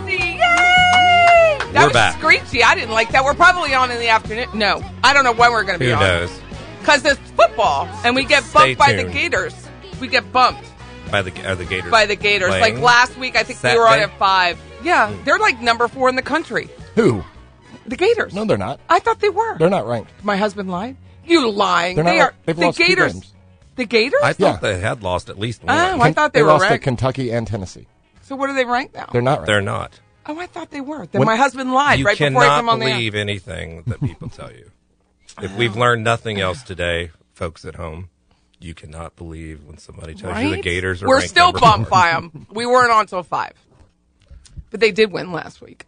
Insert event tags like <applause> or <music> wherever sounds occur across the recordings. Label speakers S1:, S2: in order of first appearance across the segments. S1: Yay! That
S2: We're
S1: was
S2: back.
S1: screechy. I didn't like that. We're probably on in the afternoon. No, I don't know when we're going to
S2: Who
S1: be on.
S2: knows?
S1: Because it's football, and we get
S2: Stay
S1: bumped by the
S2: tuned.
S1: Gators. We get bumped
S2: By the are the Gators.
S1: by the Gators.
S2: playing?
S1: Like last week, I think we were on
S2: Saturday? Hmm.
S1: at five. Yeah, they're like number four in the country.
S3: Who?
S1: The Gators.
S3: No, they're not.
S1: I thought they were.
S3: They're not ranked.
S1: My husband lied. You lying?
S3: They're not
S1: They
S3: like-
S1: are.
S3: they've
S1: the
S3: lost two
S1: Gators.
S3: games.
S1: The Gators.
S2: I
S3: Yeah.
S2: thought they had lost at least one.
S1: oh, I thought they, were
S3: lost to
S1: ranked.
S3: Kentucky and Tennessee.
S1: so what are they ranked now?
S3: They're not ranked.
S2: They're not.
S1: oh, I thought they were. Then
S3: When-
S1: my husband lied
S2: you
S1: right before I
S2: cannot
S1: come on the air.
S2: believe anything that people tell you. If we've learned nothing else today, folks at home, you cannot believe when somebody tells you the
S1: Right?
S2: Gators are.
S1: We're
S2: ranked
S1: still
S2: number four.
S1: bummed by
S3: <laughs>
S1: them. We weren't on till five, but they did win last week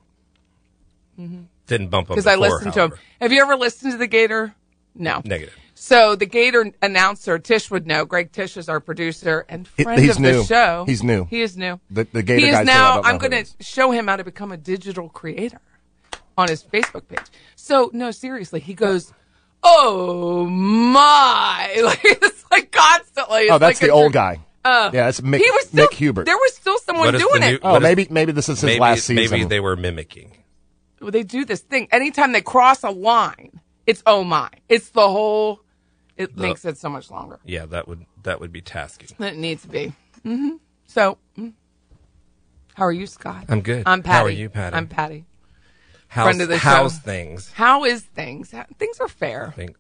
S2: Didn't bump them
S1: because I
S2: before,
S1: listened to 'em. to them.
S2: however.
S1: Have you ever listened to the Gator? No.
S2: Negative.
S1: So the Gator announcer Tish would know. Greg Tish is our producer and
S3: He-
S1: friend
S3: he's
S1: of the
S3: new.
S1: show.
S3: He's new.
S1: He is new.
S3: The- the Gator
S1: He is
S3: guys still
S1: now.
S3: don't know
S1: I'm
S3: who
S1: going
S3: he
S1: to
S3: is.
S1: show him how to become a digital creator on his Facebook page. So no, seriously, he goes. Oh my! <laughs> Like it's like constantly. It's
S3: Oh, that's
S1: like
S3: the
S1: a Uh,
S3: old
S1: dr-
S3: guy. yeah, that's Mick,
S1: he was still,
S3: Mick Hubert.
S1: There was still someone
S2: What is
S1: doing
S2: the
S1: it.
S2: new-
S3: oh,
S2: what is-
S3: maybe maybe this is his
S2: maybe,
S3: last season.
S2: Maybe they were mimicking.
S1: Well, they do this thing. Anytime they cross a line, it's oh my. It's the whole. It makes it so much longer
S2: Yeah, that would that would be tasking.
S1: than it needs to be. hmm So, mm. how are you, Scott?
S2: I'm good.
S1: I'm Patty.
S2: How are you, Patty?
S1: I'm Patty.
S2: How's,
S1: of the show.
S2: how's things?
S1: How is things? How- Things are fair.
S2: Think-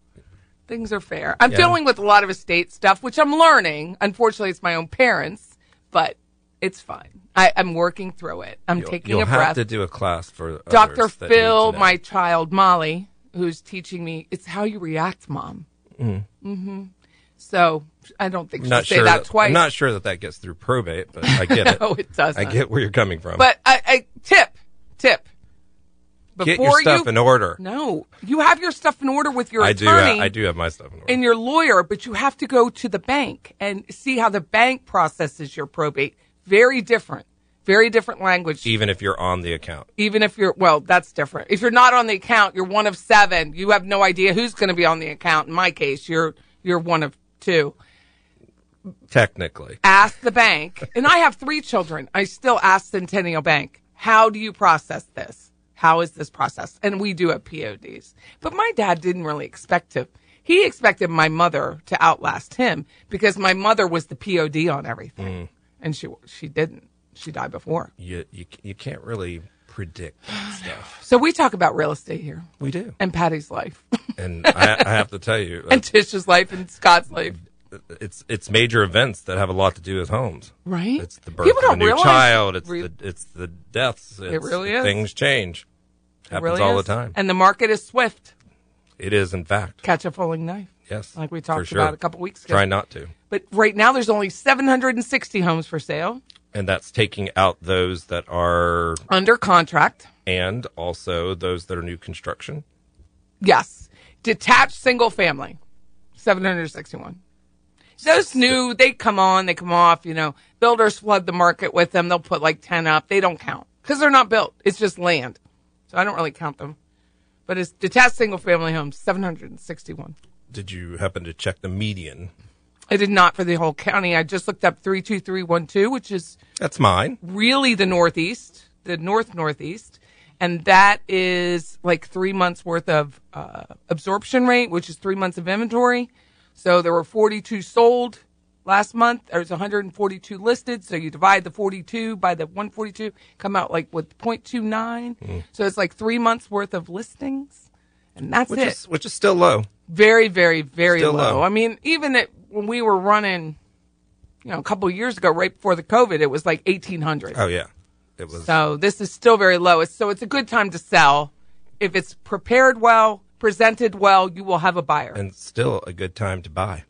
S1: Things are fair. I'm dealing with a lot of estate stuff, which I'm learning. Unfortunately, it's my own parents, but it's fine. I, I'm working through it. I'm taking
S2: You'll
S1: a
S2: have
S1: breath.
S2: to do a class for
S1: Dr.
S2: others that need to
S1: Phil,
S2: know.
S1: my child Molly, who's teaching me, it's how you react, mom. Mm. hmm So I don't think
S2: I'm
S1: she'll
S2: not
S1: say
S2: sure
S1: that, twice.
S2: I'm
S1: <laughs>
S2: not sure that that gets through probate, but I get it.
S1: No, it doesn't.
S2: I get where you're coming from.
S1: But I, I tip, tip.
S2: get your stuff
S1: you,
S2: in order.
S1: No, you have your stuff in order with your
S2: I do.
S1: attorney
S2: I do have my stuff in order.
S1: and your lawyer, but you have to go to the bank and see how the bank processes your probate. Very different. Very different language.
S2: even if you're on the account.
S1: even if you're well that's different if you're not on the account you're one of seven you have no idea who's going to be on the account in my case you're you're one of two
S2: Technically,
S1: ask the bank and i have three children i still ask centennial bank how do you process this How is this process? And we do have PODs. But my dad didn't really expect to. He expected my mother to outlast him because my mother was the POD on everything, and she she didn't. She died before.
S2: You you you can't really
S1: <sighs>
S2: predict that stuff.
S1: So we talk about real estate here
S2: We do,
S1: and Patty's life <laughs>
S2: and I, I have to tell you, uh,
S1: and Tish's life and Scott's life.
S2: it's it's major events that have a lot to do with homes.
S1: Right.
S2: It's the birth
S1: People
S2: of a
S1: don't
S2: new
S1: realize-
S2: child. It's
S1: re-
S2: the it's the deaths. It's,
S1: really is.
S2: Things change.
S1: It
S2: Happens
S1: really
S2: all
S1: is.
S2: the time.
S1: And the market is swift.
S2: it is, in fact.
S1: Catch a falling knife.
S2: Yes.
S1: Like we
S2: for
S1: talked
S2: sure.
S1: about a couple weeks ago.
S2: Try not to.
S1: But right now, there's only 760 homes for sale
S2: And that's taking out those that are,
S1: under contract.
S2: and also those that are new construction.
S1: Yes. Detached single family, 761. Those new, they come on, they come off, you know, builders flood the market with them. They'll put like 10 up. They don't count because they're not built. It's just land. So I don't really count them. But it's detached single family homes, 761.
S2: Did you happen to check the median?
S1: I did not for the whole county. I just looked up 32312, which is
S2: That's mine.
S1: really the Northeast, the North Northeast. And that is like three months worth of uh, absorption rate, which is three months of inventory. So there were 42 sold last month. There's 142 listed. So you divide the 42 by the 142, come out like with 0.29.
S2: Hmm.
S1: So it's like three months worth of listings. And that's
S2: Which
S1: it
S2: is which is still low.
S1: very, very, very
S2: Still
S1: low.
S2: low.
S1: I mean, even at, when we were running, you know, a couple of years ago, right before the COVID, it was like eighteen hundred.
S2: Oh yeah. It was
S1: So this is still very low. It's- So it's a good time to sell. If it's prepared well, presented well, you will have a buyer.
S2: and still a good time to buy.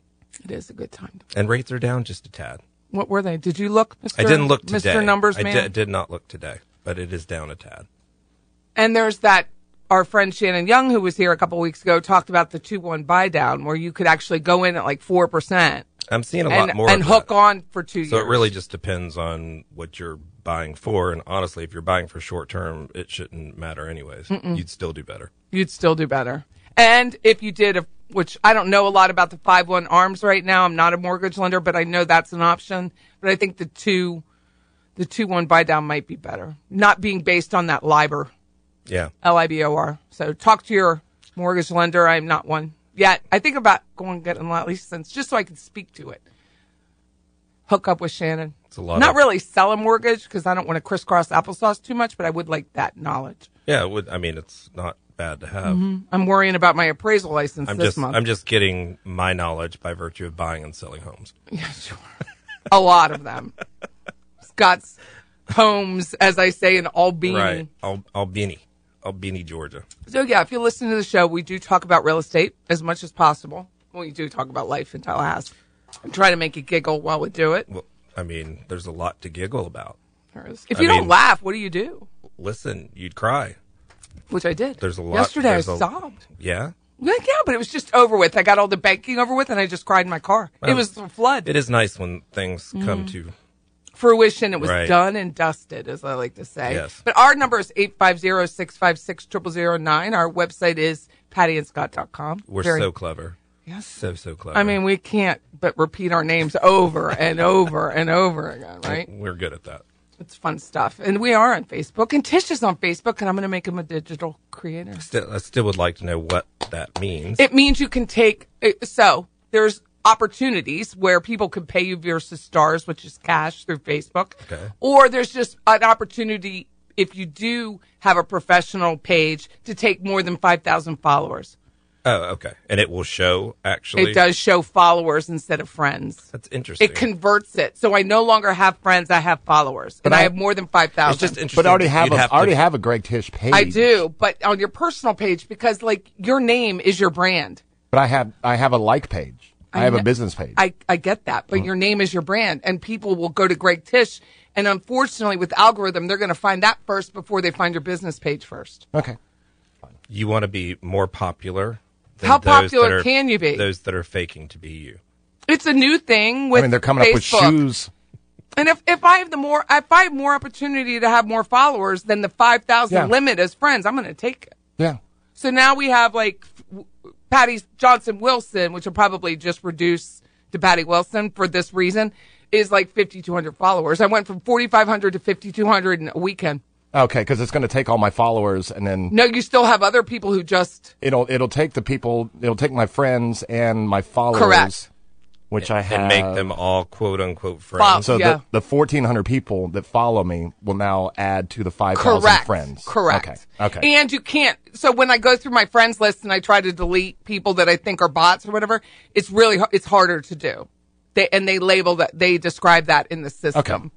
S1: it is a good time. To,
S2: And rates are down just a tad.
S1: what were they? Did you look, Mr.
S2: I didn't look today.
S1: Mr. Numbers
S2: I
S1: Man?
S2: did, did not look today, but it is down a tad.
S1: And there's that our friend Shannon Young, who was here a couple of weeks ago, talked about the two one buy down, where you could actually go in at like four percent
S2: I'm seeing a
S1: and,
S2: lot more
S1: and
S2: of
S1: hook
S2: that.
S1: on for two years.
S2: So it really just depends on what you're buying for, and honestly, if you're buying for short term, it shouldn't matter anyways. You'd still do better.
S1: you'd still do better. And if you did, a, which I don't know a lot about the 5 1 arms right now, I'm not a mortgage lender, but I know that's an option. But I think the 2 the 2 1 buy down might be better, not being based on that LIBOR,
S2: Yeah,
S1: L I B O R. So talk to your mortgage lender. I'm not one yet. I think about going and getting at least since just so I can speak to it. Hook up with Shannon.
S2: It's a lot
S1: Not
S2: of-
S1: really sell a mortgage because I don't want to crisscross applesauce too much, but I would like that knowledge.
S2: yeah. It would, I mean, it's not bad to
S1: Mm-hmm.
S2: have.
S1: I'm worrying about my appraisal license
S2: I'm
S1: this
S2: just,
S1: month.
S2: I'm just getting my knowledge by virtue of buying and selling homes.
S1: a lot of them. Scott's homes, as I say, in Albany.
S2: Right, Al- Albany, Albany, Georgia.
S1: So yeah, if you listen to the show, we do talk about real estate as much as possible. We do talk about life in Tallahassee. And try to make you giggle while we do it.
S2: Well, I mean, there's a lot to giggle about.
S1: If you
S2: I
S1: don't
S2: mean-
S1: laugh, what do you do?
S2: Listen, you'd cry.
S1: Which I did.
S2: There's a lot.
S1: Yesterday I
S2: there's a-
S1: sobbed.
S2: Yeah,
S1: Like, yeah, but it was just over with. I got all the banking over with, and I just cried in my car. it
S2: Well,
S1: was a flood.
S2: it is nice when things
S1: Mm.
S2: come to
S1: fruition. It was
S2: Right.
S1: done and dusted, as I like to say.
S2: Yes.
S1: But our number is 850-656-0009. Our website is pattyandscott.com.
S2: We're
S1: Very-
S2: so clever. Yes. So, so clever.
S1: I mean, we can't but repeat our names over and over and over
S2: <laughs>
S1: again, right?
S2: we're good at that.
S1: It's fun stuff. And we are on Facebook. And Tish is on Facebook, and I'm going to make him a digital creator.
S2: Still, I still would like to know what that means.
S1: It means you can take it- so there's opportunities where people can pay you versus stars, which is cash through Facebook.
S2: Okay.
S1: Or there's just an opportunity if you do have a professional page to take more than five thousand followers.
S2: oh, okay. And it will show actually.
S1: It does show followers instead of friends.
S2: That's interesting.
S1: It converts it. So I no longer have friends, I have followers. and I,
S3: I-
S1: have more than five
S2: It's
S1: thousand.
S2: just interesting.
S3: But I already
S2: that
S3: have
S2: you'd
S3: a, I already
S2: to-
S3: have a Greg Tish page.
S1: I do, but on your personal page because like your name is your brand.
S3: But I have I have a like page. I, have
S1: kn-
S3: a business page.
S1: I, I get that,
S3: Mm.
S1: but your name is your brand, and people will go to Greg Tish. And unfortunately, with algorithm, they're going to find that first before they find your business page first.
S3: okay.
S2: You want to be more popular. Than
S1: How
S2: those that
S1: popular
S2: are-
S1: can you be?
S2: Those that are faking to be you.
S1: It's a new thing with
S3: I mean, they're coming up with
S1: Facebook.
S3: shoes.
S1: And if, if I have the more if I have more opportunity to have more followers than the five thousand
S3: Yeah.
S1: limit as friends, I'm going to take it.
S3: Yeah.
S1: So now we have like w- Patty Johnson Wilson, which will probably just reduce to Patty Wilson for this reason, is like 5,200 followers. I went from 4,500 to 5,200 in a weekend.
S3: Okay, because it's going to take all my followers, and then
S1: No, you still have other people who just
S3: it'll it'll take the people, it'll take my friends and my followers,
S1: Correct.
S3: which I have.
S2: and make them all quote unquote
S1: Follow-
S2: friends.
S3: so
S1: yeah.
S3: the, the fourteen hundred people that follow me will now add to the five thousand
S1: correct
S3: friends.
S1: Correct.
S3: Okay. Okay.
S1: And you can't. So when I go through my friends list and I try to delete people that I think are bots or whatever, it's really har- it's harder to do. They and they label that they describe that in the system.
S3: Okay.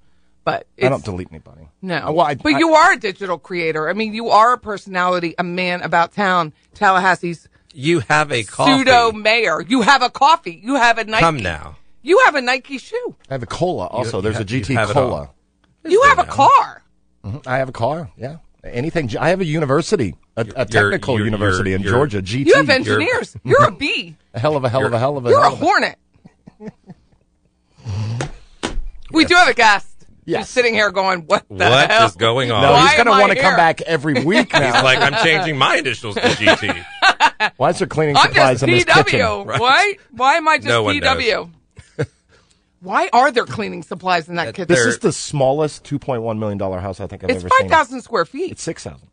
S1: But it's,
S3: I don't delete anybody.
S1: No.
S3: Uh, Well, I,
S1: but
S3: I-
S1: you are a digital creator. I mean, you are a personality, a man about town, Tallahassee's
S2: you have a coffee.
S1: pseudo mayor. You have a coffee. You have a Nike.
S2: Come now.
S1: You have a Nike shoe.
S3: I have a cola. Also,
S2: you
S3: there's
S2: ha-
S3: a GT
S2: you have it all.
S3: cola.
S1: You have a car.
S3: I have a car. Yeah. Anything. I have a university, a, a technical
S2: you're-
S3: university in
S2: you're- you're-
S3: Georgia. GT.
S1: You have engineers. You're, a bee.
S3: a hell of a hell of a hell of a.
S1: You're
S3: hell
S1: a
S3: of a-
S1: hornet. we do have a guest.
S3: Yes.
S1: Who's sitting here going, what the
S2: What is
S1: hell?
S2: going on?
S3: No,
S1: Why
S3: he's going to
S1: am I
S3: want to come
S1: here?
S3: back
S1: <laughs>
S3: every week now.
S2: He's like, I'm changing my initials to GT.
S3: Why is there cleaning
S1: I'm
S3: supplies
S1: just
S3: in this kitchen?
S1: PW. Why? Why am I just
S2: No one knows.
S1: PW?
S3: <laughs>
S1: Why are there cleaning supplies in that kitchen?
S3: This is the smallest two point one million dollar house I think I've
S1: It's
S3: ever
S1: five
S3: seen.
S1: thousand square feet.
S3: It's six thousand.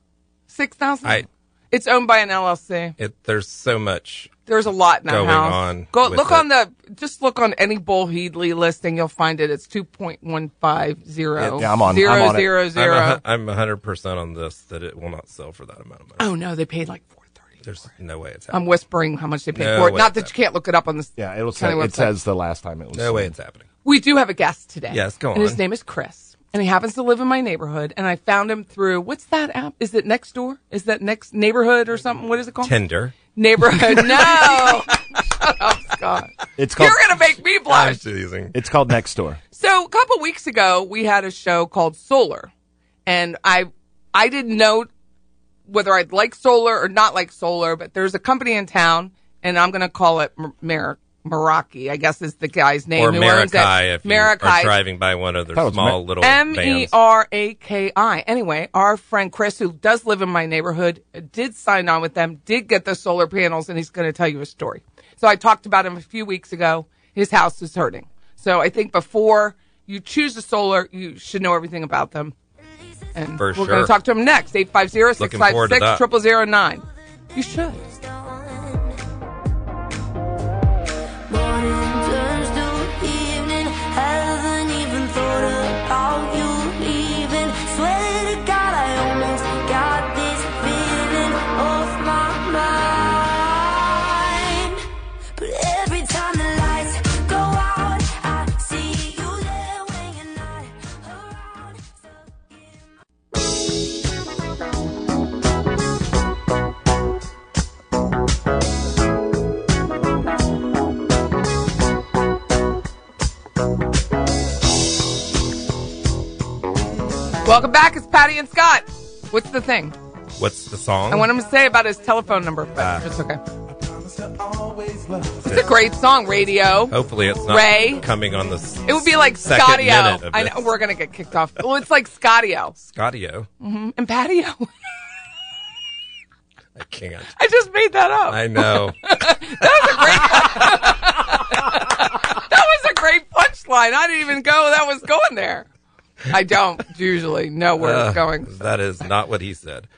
S1: Six thousand.
S2: I-
S1: It's owned by an LLC.
S2: It, there's so much.
S1: There's a lot in that
S2: Going
S1: house.
S2: on
S1: Go
S2: with
S1: look
S2: it.
S1: on the just look on any Bull Heedley listing. You'll find it. It's two point one five zero
S3: Yeah, I'm on- I'm
S1: zero
S3: on it. Uh-huh.
S1: zero
S2: I'm a hu-
S1: zero.
S2: I'm 100% on this that it will not sell for that amount of money.
S1: Oh no, they paid like four thirty.
S2: There's no way it's
S1: I'm
S2: happening.
S1: whispering how much they paid
S2: No
S1: for it.
S2: way
S1: Not that
S2: it's
S1: you can't look it up on this.
S3: Yeah, it'll say
S1: kind of
S3: it
S1: website.
S3: says the last time it was.
S2: No way
S3: seen.
S2: it's happening.
S1: We do have a guest today.
S2: Yes, go
S1: And his
S2: on.
S1: name is Chris, and he happens to live in my neighborhood. And I found him through what's that app? Is it next door? Is that next neighborhood or something? What is it called?
S2: Tinder.
S1: Neighborhood. no. <laughs> Shut up, Scott.
S3: It's called.
S1: You're gonna make me
S2: I'm
S1: blush.
S2: teasing.
S3: it's called next door.
S1: So a couple weeks ago, we had a show called Solar, and I I didn't know whether I'd like solar or not like solar, but there's a company in town, and I'm going to call it Mer- Mer- Meraki, I guess is the guy's name.
S2: Or
S1: who owns it.
S2: Marakai if you are driving by one of their
S3: That was
S2: small
S3: Mar-
S2: little
S1: M E
S2: vans.
S1: R A K I. Anyway, our friend Chris, who does live in my neighborhood, did sign on with them, did get the solar panels, and he's going to tell you a story. So I talked about him a few weeks ago. His house is hurting. So I think before you choose a solar, you should know everything about them. And
S2: For
S1: we're going
S2: sure.
S1: to talk to him next 850
S2: Looking forward to that.
S1: 656 0009. You should.
S4: Morning turns to evening. Haven't even thought about you leaving. Swear to God, I almost got this feeling off my mind. But every time the lights go out, I see you there when you're not around. Stuck in
S1: Welcome back. It's Patty and Scott. What's the thing?
S2: What's the song?
S1: I want him to say about his telephone number, but
S2: Ah.
S1: it's okay. It's a great song, radio.
S2: Hopefully it's not
S1: Ray.
S2: coming on the s-
S1: It would be like
S2: second minute
S1: Scottio.
S2: of
S1: I
S2: this.
S1: know we're gonna get kicked off. Well, it's like Scottio
S2: Scottio.
S1: and Patio.
S2: I can't.
S1: <laughs> I just made that up.
S2: I know.
S1: that was a great punchline. I didn't even go. That was going there. I don't usually know where
S2: Uh,
S1: it's going.
S2: <laughs>
S1: Uh,
S2: That is not what he said.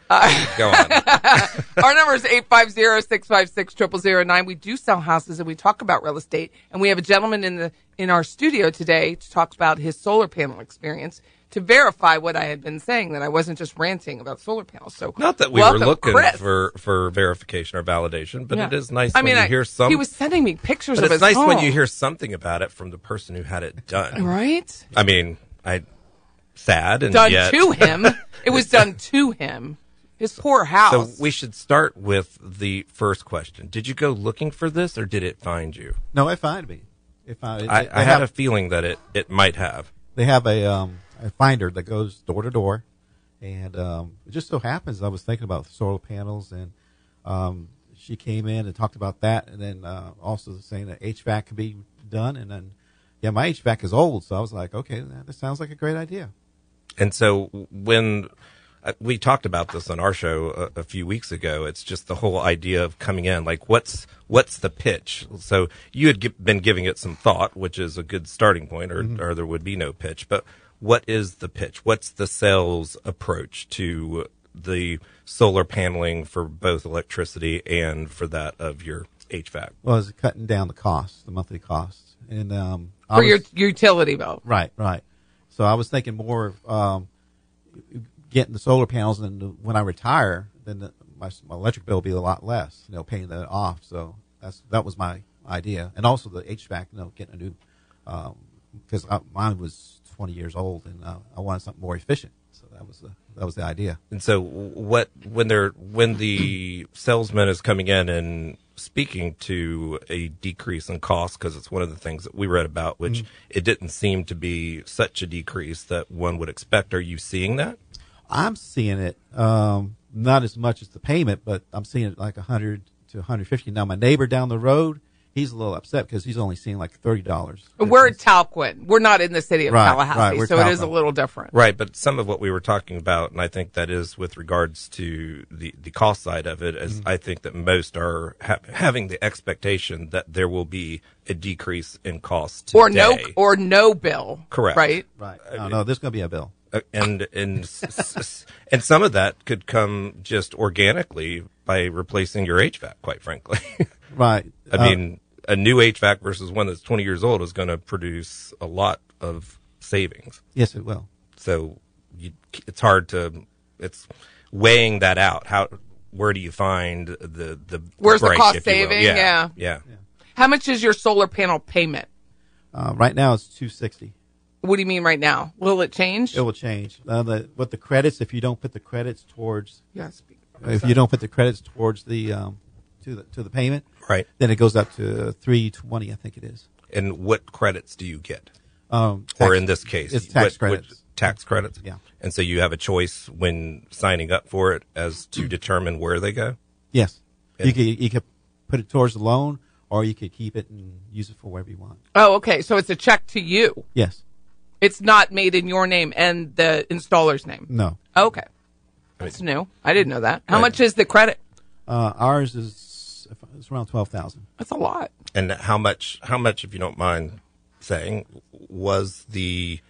S1: <laughs>
S2: Go on.
S1: Our number is 850-656-0009. We do sell houses and we talk about real estate. And we have a gentleman in the in our studio today to talk about his solar panel experience to verify what I had been saying, that I wasn't just ranting about solar panels. So
S2: Not that we
S1: welcome,
S2: were looking
S1: Chris.
S2: for for verification or validation, but
S1: Yeah.
S2: it is nice
S1: I
S2: when
S1: mean,
S2: you
S1: I-
S2: hear some.
S1: He was sending me pictures
S2: but
S1: of
S2: it's
S1: his
S2: nice when
S1: home.
S2: you hear something about it from the person who had it done.
S1: right
S2: I mean, I sad and
S1: done
S2: yet.
S1: to him. It was done to him. His poor
S2: So
S1: house.
S2: we should start with the first question. Did you go looking for this, or did it find you?
S5: No, it find me. It found, it,
S2: I,
S5: they
S2: I had
S5: have,
S2: a feeling that it, it might have.
S5: they have a um, a finder that goes door to door, and um, it just so happens I was thinking about solar panels, and um, she came in and talked about that, and then uh, also saying that HVAC can be done, and then yeah, my HVAC is old, so I was like, okay, that, that sounds like a great idea.
S2: And so when uh, we talked about this on our show a, a few weeks ago, it's just the whole idea of coming in, like what's what's the pitch? So you had gi- been giving it some thought, which is a good starting point, or, or there would be no pitch. But what is the pitch? What's the sales approach to the solar paneling for both electricity and for that of your HVAC?
S5: Well, it's cutting down the costs, the monthly costs, and um, I
S1: for your
S5: was-
S1: utility bill.
S5: right, right. So I was thinking more of um, getting the solar panels, and then when I retire, then the, my, my electric bill will be a lot less. You know, paying that off. So that's that was my idea, and also the HVAC. You know, getting a new because mine was 20 years old, and uh, I wanted something more efficient. So that was the, that was the idea.
S2: And so what when they're when the salesman is coming in and speaking to a decrease in cost because it's one of the things that we read about which
S1: Mm-hmm.
S2: it didn't seem to be such a decrease that one would expect are you seeing that
S5: I'm seeing it um, not as much as the payment, but I'm seeing it like 100 to 150. Now my neighbor down the road, he's a little upset because he's only seeing like thirty dollars.
S1: We're at Talquin. We're not in the city of
S5: Right,
S1: Tallahassee,
S5: right, we're
S1: so it is a
S5: Talquin.
S1: little different.
S2: Right, but some of what we were talking about, and I think that is with regards to the, the cost side of it, as
S1: Mm-hmm.
S2: I think that most are ha- having the expectation that there will be a decrease in cost today.
S1: Or no, or no bill.
S2: Correct.
S1: Right.
S5: right. No, no, there's going to be a bill.
S2: Uh, and and s- s- s- and some of that could come just organically by replacing your HVAC. Quite frankly, <laughs>
S5: Right.
S2: I
S5: Uh,
S2: mean, a new HVAC versus one that's twenty years old is going to produce a lot of savings.
S5: yes, it will.
S2: so you, it's hard to it's weighing that out how where do you find the the
S1: Where's the
S2: break,
S1: cost
S2: if you will.
S1: saving?
S2: yeah
S1: Yeah.
S2: yeah,
S1: How much is your solar panel payment?
S5: Uh, right now it's 260.
S1: What do you mean right now? Will it change?
S5: It will change. Uh, the, with the credits, if you don't put the credits towards,
S1: yes.
S5: if you don't put the credits towards the um, to the to the payment,
S2: right
S5: then it goes up to 320. I think it is.
S2: and what credits do you get
S5: Um,
S2: or
S5: tax-
S2: in this case
S5: it's tax
S2: what- what-
S5: credits.
S2: tax credits
S5: Yeah.
S2: and so you have a choice when signing up for it as
S5: <clears throat>
S2: to determine where they go
S5: Yes.
S2: Yeah.
S5: You could you could put it towards the loan, or you could keep it and use it for whatever you want.
S1: Oh, okay. So it's a check to you.
S5: Yes.
S1: It's not made in your name and the installer's name.
S5: No.
S1: Okay. That's new. I didn't know that. How much is the credit?
S5: Uh, ours is it's around twelve thousand.
S1: That's a lot.
S2: and how much how much if you don't mind saying was the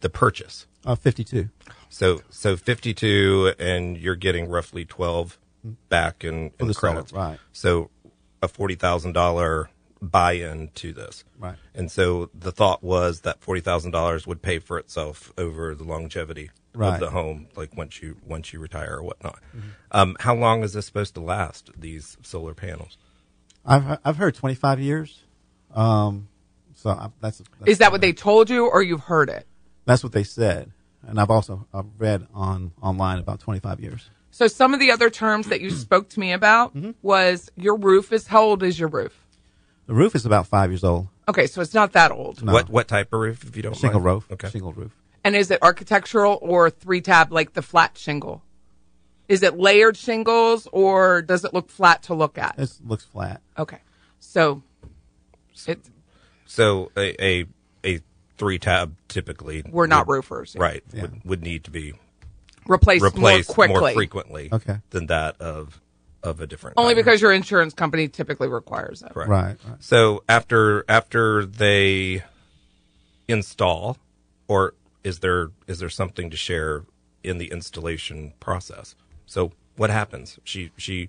S2: the purchase
S5: Uh, fifty-two.
S2: So so 52 and you're getting roughly 12 back in, in
S5: the solar,
S2: credits.
S5: right.
S2: So a $40,000 buy-in to this.
S5: Right.
S2: And so the thought was that $40,000 would pay for itself over the longevity of
S5: Right. Mm-hmm.
S2: the home like once you once you retire or whatnot. Um, how long is this supposed to last these solar panels?
S5: I've I've heard twenty-five years. Um, so I, that's, that's
S1: Is that what they told you or you've heard it?
S5: that's what they said, and I've also I've read on online about twenty-five years.
S1: So some of the other terms
S2: <clears throat>
S1: that you spoke to me about
S2: Mm-hmm.
S1: was your roof is how old is your roof?
S5: The roof is about five years old.
S1: Okay, so it's not that old.
S2: What what type of roof if you don't
S5: Single
S2: mind?
S5: roof.
S2: Okay.
S5: Single roof.
S1: And is it architectural or three tab like the flat shingle? Is it layered shingles or does it look flat to look at?
S5: It looks flat.
S1: Okay. So it,
S2: So a a, a three tab typically
S1: we're not
S2: would-
S1: roofers.
S2: Right. Would, would need to be
S1: Replaced,
S2: replaced
S1: more quickly.
S2: frequently
S5: Okay.
S2: than that of of a different
S1: Only
S2: vendor.
S1: because your insurance company typically requires it.
S2: Correct.
S5: Right. right.
S2: so after after they install or is there is there something to share in the installation process so what happens she she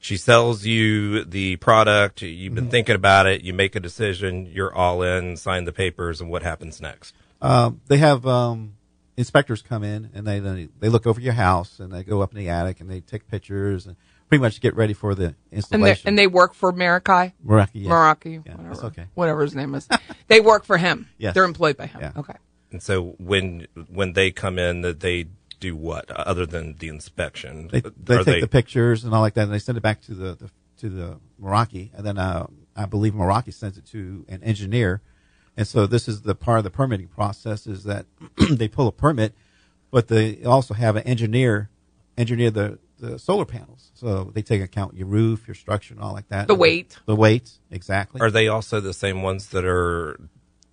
S2: she sells you the product you've
S5: Mm-hmm.
S2: been thinking about it you make a decision you're all in sign the papers and what happens next
S5: Um, they have um, inspectors come in and they, they they look over your house and they go up in the attic and they take pictures and pretty much get ready for the
S1: And they,
S5: installation.
S1: and they work for Meraki.
S5: Meraki, yes.
S1: Meraki.
S5: Yeah,
S1: whatever,
S5: that's okay.
S1: whatever his name is. they work for him.
S5: <laughs> Yes.
S1: They're employed by him.
S5: Yeah.
S1: Okay.
S2: and so when when they come in that they do what other than the inspection
S5: they, they
S2: Are
S5: take the pictures and all like that, and they send it back to the, the to the Meraki, and then uh, I believe Meraki sends it to an engineer. And so this is the part of the permitting process is that <clears throat> they pull a permit, but they also have an engineer engineer the, the solar panels. So they take account your roof, your structure, and all like that.
S1: The weight.
S5: The weight, exactly.
S2: Are they also the same ones that are